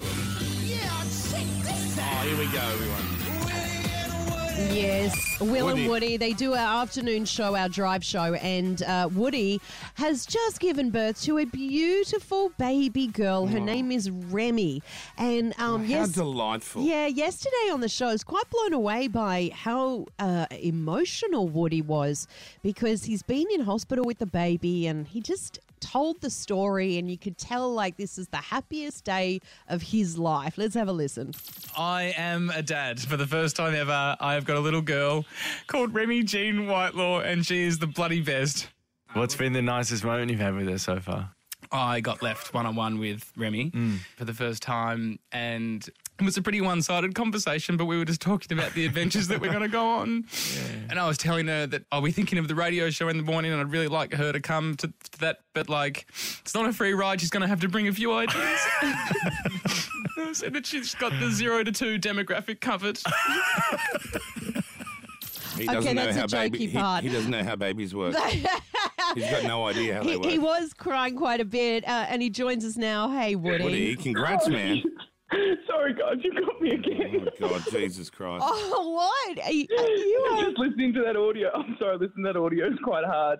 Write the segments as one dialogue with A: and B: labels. A: Oh, here we go, everyone.
B: Yes, Will
A: Woody.
B: and Woody, they do our afternoon show, our drive show, and uh, Woody has just given birth to a beautiful baby girl. Her name is Remy, and um, yes,
A: How delightful.
B: yeah, yesterday on the show, I was quite blown away by how uh, emotional Woody was because he's been in hospital with the baby and he just told the story, and you could tell like this is the happiest day of his life. Let's have a listen.
C: I am a dad. For the first time ever, I have got a little girl called Remy Jean Whitelaw, and she is the bloody best.
D: What's been the nicest moment you've had with her so far?
C: I got left one on one with Remy for the first time, and it was a pretty one sided conversation, but we were just talking about the adventures that we're going to go on. And I was telling her that I'll be thinking of the radio show in the morning, and I'd really like her to come to, to that, but like, it's not a free ride. She's going to have to bring a few ideas. So that she's got the zero to two demographic covered.
A: He
B: Okay, that's a jokey
A: baby, he-
B: part.
A: He, doesn't know how babies work. He's got no idea how they
B: He,
A: work.
B: he was crying quite a bit, uh, and he joins us now. Hey,
A: Woody, congrats, man.
E: Sorry, guys, you got me
A: Oh,
E: again.
A: my God, Jesus Christ.
B: Oh, what? Are you, are you
A: Oh,
B: are-
E: Just listening to that audio. I'm sorry, listening to that audio is quite hard.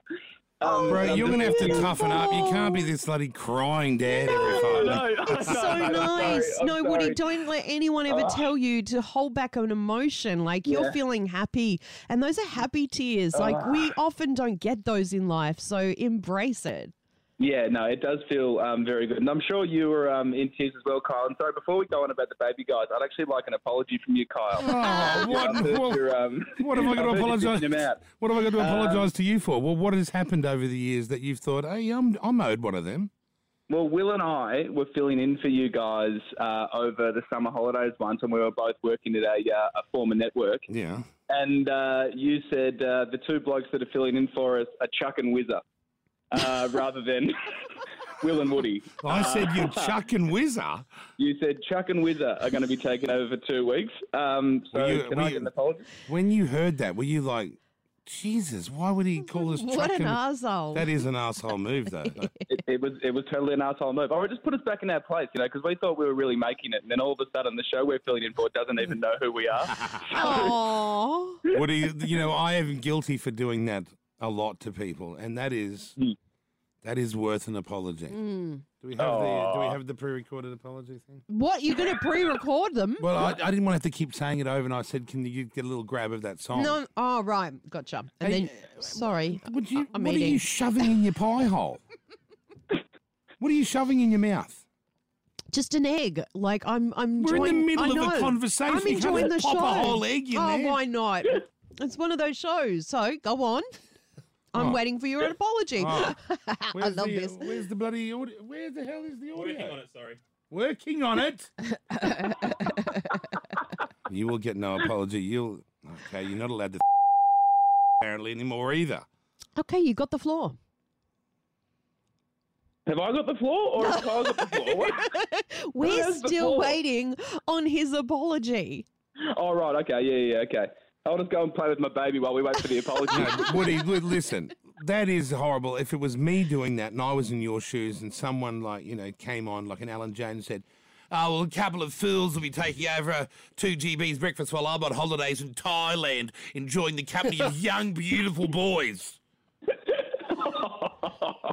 B: Oh,
E: Um,
A: Oh, Bro,
E: I'm
A: you're
E: just-
A: going to have to
B: beautiful.
A: toughen up. You can't be this bloody crying dad every five minutes.
E: No,
B: It's uh, so
E: I'm
B: nice.
E: sorry, I'm
B: no, Woody,
E: sorry. Ah.
B: don't let anyone ever tell you to hold back on emotion. Like you're
E: Yeah. Ah.
B: feeling happy, and those are happy tears. Like we often don't get those in life, so embrace it.
E: Yeah, no, it does feel um, very good. And I'm sure you were um, in tears as well, Kyle. And sorry, before we go on about the baby guys, I'd actually like an apology from you, Kyle.
A: Oh,
E: I've
A: what,
E: heard
A: what,
E: you're, um,
A: what am I
E: I've
A: going
E: heard
A: to
E: you're
A: apologise?
E: picking them out.
A: What am I
B: Um,
A: going to apologise to you for? Well, what has happened over the years that you've thought, hey, I'm, I'm owed one of them?
E: Well, Will and I were filling in for you guys uh, over the summer holidays once, and we were both working at a, uh, a former network.
A: Yeah.
E: And uh, you said uh, the two blokes that are filling in for us are Chuck and Whizzer, uh, rather than Will and Woody.
B: Uh,
E: Uh,
A: I said you're Chuck and Whizzer.
E: You said Chuck and Whizzer are going to be taking over for two weeks. Um, so
A: Were you-
E: can
A: were
E: I
A: you-
E: get an apology?
A: When you heard that, were you like, Jesus, why would he call us
B: What an
A: trucking?
B: asshole!
A: That is an asshole move, though.
E: It, it was it was totally an asshole move. Or it just put us back in our place, you know, because we thought we were really making it, and then all of a sudden the show we're filling in for doesn't even know who we are.
A: Oh.
B: Aw.
A: Woody, you know, I am guilty for doing that a lot to people, and that is
E: Hmm.
A: that is worth an apology.
B: Hmm.
A: Do we have the Do we have the pre-recorded apology thing?
B: Mm. What you're going to pre-record them?
A: Well, I, I didn't want to have to keep saying it over, and I said, "Can you get a little grab of that song?"
B: No. Oh, right. Gotcha. And
A: Hey,
B: then,
E: uh,
B: sorry.
A: Would you,
B: I'm
A: what are
B: eating.
A: you shoving in your pie hole? what are you shoving in your mouth?
B: Just an egg. Like I'm. I'm.
A: We're in the
B: enjoying-
A: middle
B: I
A: of a
B: know.
A: conversation.
B: I'm
A: You can't
B: enjoying the
A: pop
B: show.
A: a whole egg in
B: oh,
A: there.
B: why not? It's one of those shows. So go on. I'm waiting for your apology.
A: Oh.
B: I
A: Where's
B: love
A: the, uh,
B: this.
A: Where's the bloody audio? Where the hell is the audio?
C: sorry.
A: Working on it. you will get no apology. You'll okay. You're not allowed to apparently anymore either.
B: Okay, you got the floor.
E: Have I got the floor, or has Kyle got the floor? What?
B: We're
E: has the
B: still
E: floor?
B: waiting on his apology.
E: Oh, right. Okay. Yeah, yeah, yeah, okay. I'll just go and play with my baby while we wait for the apology.
A: No, Woody, li- listen. That is horrible. If it was me doing that and I was in your shoes and someone like you know came on like an Alan Jones said. Oh, well, a couple of fools will be taking over uh, 2GB's breakfast while I'm on holidays in Thailand, enjoying the company of young, beautiful boys.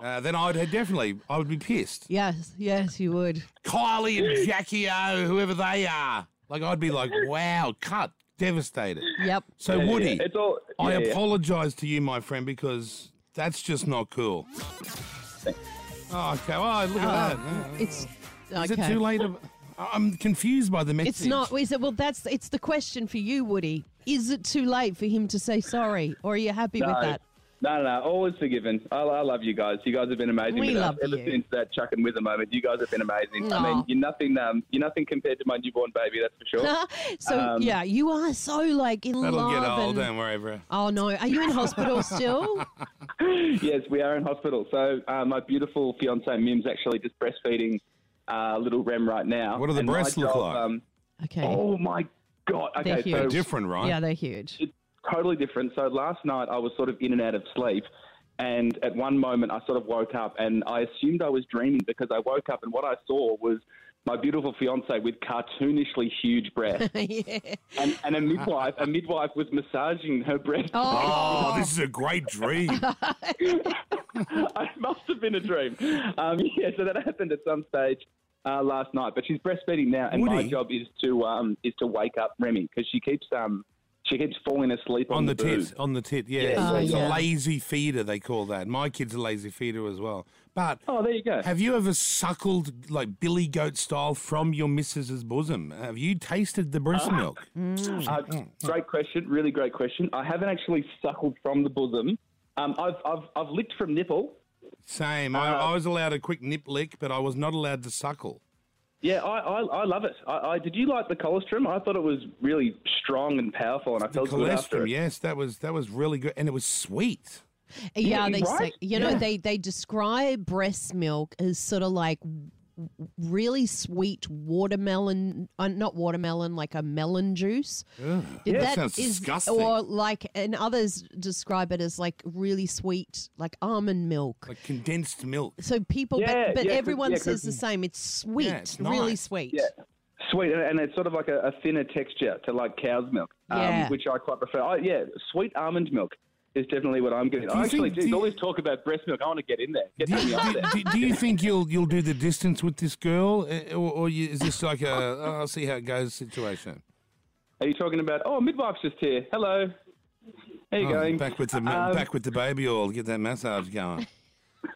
A: Uh, then I'd definitely, I would be pissed.
B: Yes, yes, you would.
A: Kylie and Jackie O, whoever they are. Like I'd be like, wow, cut, devastated.
B: Yep.
A: So Woody,
E: Yeah, it's all.
A: I
E: yeah, yeah.
A: apologise to you, my friend, because that's just not cool. Oh, okay, well, look at that.
B: It's Ah, okay.
A: Is it too late? Of, I'm confused by the message.
B: It's not. Is it? Well, that's. It's the question for you, Woody. Is it too late for him to say sorry, or are you happy with that?
E: No, no, no. All is forgiven. I, I love you guys. You guys have been amazing.
B: We
E: with us.
B: love
E: Ever
B: you.
E: since that Chuck and Wither moment, you guys have been amazing. I
B: Aw.
E: mean, you're nothing. Um, you're nothing compared to my newborn baby. That's for sure.
B: so
E: Um,
B: yeah, you are so like in
A: That'll
B: love.
A: get old. eh?
B: and-
A: Don't worry, bro.
B: oh no, are you in hospital still?
E: yes, we are in hospital. So uh, my beautiful fiance Mim's actually just breastfeeding uh, little Rem right now.
A: What do the
E: And my
A: breasts look
E: job,
A: like?
E: Um,
B: Okay.
E: oh my god.
B: They're
E: Okay,
B: huge.
E: so
A: Different, right?
B: Yeah, they're huge.
E: it's totally different. So last night I was sort of in and out of sleep, and at one moment I sort of woke up and I assumed I was dreaming because I woke up and what I saw was my beautiful fiance with cartoonishly huge breasts,
B: yeah.
E: and, and a midwife. A midwife was massaging her breasts.
A: Oh, this is a great dream.
E: it must have been a dream. Um, yeah, so that happened at some stage uh, last night. But she's breastfeeding now, and my
A: Woody?
E: job is to um, is to wake up Remy because she keeps um, she keeps falling asleep on,
A: on the
E: boob.
A: tit, on the tit, yeah.
E: Yeah,
B: Oh,
A: it's
B: yeah.
A: a lazy feeder, they call that. My kid's a lazy feeder as well. But
E: Oh, there you go.
A: have you ever suckled, like, billy goat style from your missus's bosom? Have you tasted the
B: Ah.
A: breast milk?
B: Mm.
E: Uh,
A: Mm,
E: great question, really great question. I haven't actually suckled from the bosom. Um, I've, I've, I've licked from nipple.
A: Same. I,
E: Uh,
A: I was allowed a quick nip lick, but I was not allowed to suckle.
E: Yeah, I, I, I love it. I, I, did you like the colostrum? I thought it was really strong and powerful, and I felt good after
A: Colostrum,
E: it.
A: yes, that was that was really good, and it was sweet.
B: Yeah,
E: Yeah,
B: they
E: right?
B: say you know
E: Yeah.
B: they they describe breast milk as sort of like w- w- really sweet watermelon, uh, not watermelon, like a melon juice. Did
A: that sounds disgusting.
B: Or like, and others describe it as like really sweet, like almond milk.
A: Like condensed milk.
B: so people,
E: Yeah,
B: but, but
E: yeah, 'cause-
B: everyone
E: yeah, 'cause-
B: says the same. It's sweet,
A: it's
B: really
A: nice.
B: sweet.
E: Yeah. Sweet, and, and it's sort of like a, a thinner texture to like cow's milk, um,
B: Yeah.
E: which I quite prefer. I, yeah, sweet almond milk is definitely what I'm getting.
A: you
E: I actually,
A: think-
E: geez,
A: do you-
E: all this talk about breast milk, I want to get in there. Get
A: Do
E: me
A: you,
E: up
A: do,
E: there.
A: do- do you think you'll you'll do the distance with this girl, eh, or, or you, is this like a oh, I'll see how it goes situation?
E: Are you talking about? Oh, midwife's just here. Hello. How you
A: Oh,
E: going?
A: Back with the
E: Um,
A: back with the baby oil. Get that massage going.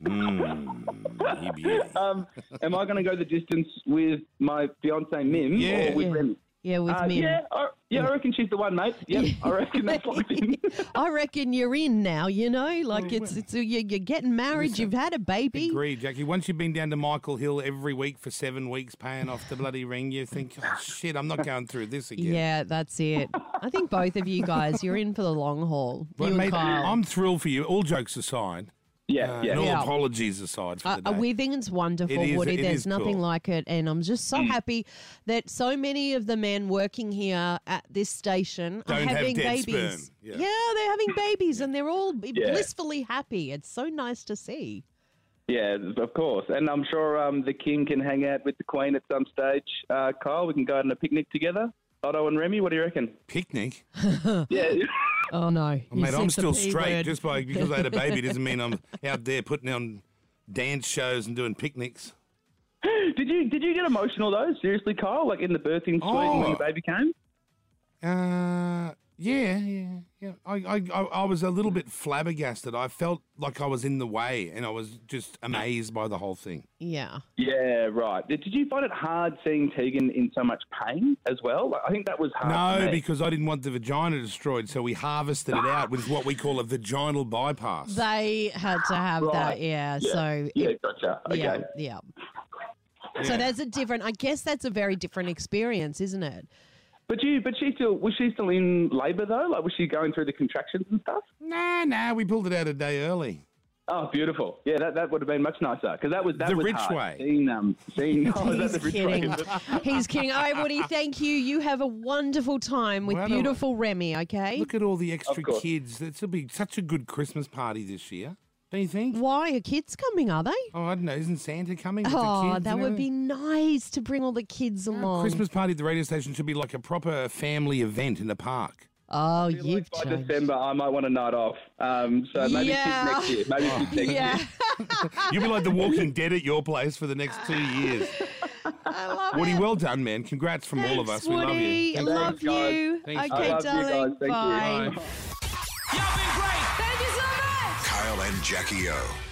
A: Mm, you beauty.
E: um, am I going to go the distance with my fiance Mim
A: Yeah.
E: or with
B: Yeah.
E: Remy?
B: Yeah, with
E: Uh,
B: me.
E: yeah, I, yeah, I reckon she's the one, mate. Yep, I reckon that's locked in.
B: I reckon you're in now. You know,
E: Oh,
B: like it's it's you're, you're getting married. you've had a baby.
A: Agree, Jackie. Once you've been down to Michael Hill every week for seven weeks, paying off the bloody ring, you think, oh shit, I'm not going through this again.
B: Yeah, that's it. I think both of you guys, you're in for the long haul.
A: But
B: you and
A: mate,
B: Kyle.
A: I'm thrilled for you. All jokes aside,
E: Yeah,
A: uh,
E: yeah.
A: and all
B: Yeah.
A: apologies aside for
B: I-
A: the
B: I-
A: day.
B: we think it's uh, wonderful,
A: It is-
B: Woody.
A: it
B: There's
A: is
B: nothing
A: cool.
B: like it, and I'm just
E: Mm.
B: so happy that so many of the men working here at this station are
A: Don't have
B: having
A: dead
B: babies.
A: sperm. Yeah.
B: they're having babies, and they're all b-
E: Yeah.
B: blissfully happy. It's so nice to see.
E: Yeah, of course. And I'm sure um, the king can hang out with the queen at some stage. Uh, Kyle, we can go out on a picnic together. Otto and Remy, what do you reckon?
A: Picnic,
E: Yeah,
B: Oh no, you
A: mate.
B: said
A: I'm
B: the
A: still
B: P
A: straight.
B: word.
A: Just by because I had a baby doesn't mean I'm out there putting on dance shows and doing picnics.
E: did you did you get emotional though? Seriously, Kyle, like in the birthing suite
A: Oh.
E: when the baby came?
A: Uh, yeah, yeah, yeah. I, I, I I was a little bit flabbergasted. I felt like I was in the way, and I was just amazed by the whole thing.
B: yeah.
E: Yeah, right. Did did you find it hard seeing Tegan in so much pain as well? Like, I think that was
A: No,
E: hard. for me.
A: because I didn't want the vagina destroyed, so we harvested it out with what we call a vaginal bypass.
B: They had to have that,
E: Right.
B: yeah. So
E: yeah,
B: it-
E: gotcha. Okay.
B: yeah, yeah. So that's a different. I guess that's a very different experience, isn't it?
E: But you, but she still was she still in labour though? Like was she going through the contractions and stuff?
A: Nah, nah, we pulled it out a day early.
E: Oh, beautiful. Yeah, that, that would have been much nicer because that was that
A: The
E: was
A: rich
E: hard.
A: way.
E: Seeing, um, seeing, oh, is that
B: He's
E: the rich
B: kidding.
E: way?
B: He's kidding. All right, Woody, thank you. You have a wonderful time with
A: Well, I don't-
B: beautiful Remy, okay?
A: Look at all the extra
E: course.
A: kids. That'll be such a good Christmas party this year. Don't you think?
B: Why are kids coming, are they?
A: Oh, I don't know. Isn't Santa coming? With the
B: Oh,
A: kids
B: that
A: and
B: would
A: everything?
B: be nice to bring all the kids along.
A: Christmas party at the radio station should be like a proper family event in the park.
B: Oh, you've
E: By
B: changed.
E: December, I might want a night off. Um, so maybe
B: Yeah.
E: kids next year. Maybe kids next year.
B: Yeah,
A: You'll be like the Walking Dead at your place for the next two years.
B: I love
A: Woody,
B: it.
A: well done, man. Congrats from all of
B: Thanks,
A: us. We love you.
B: Woody. Love
E: Thanks, guys.
B: you.
A: Thanks,
B: Okay,
E: guys. I love you
B: darling.
E: guys. Thank you.
B: Bye.
A: Bye.
F: Kyle and Jackie O.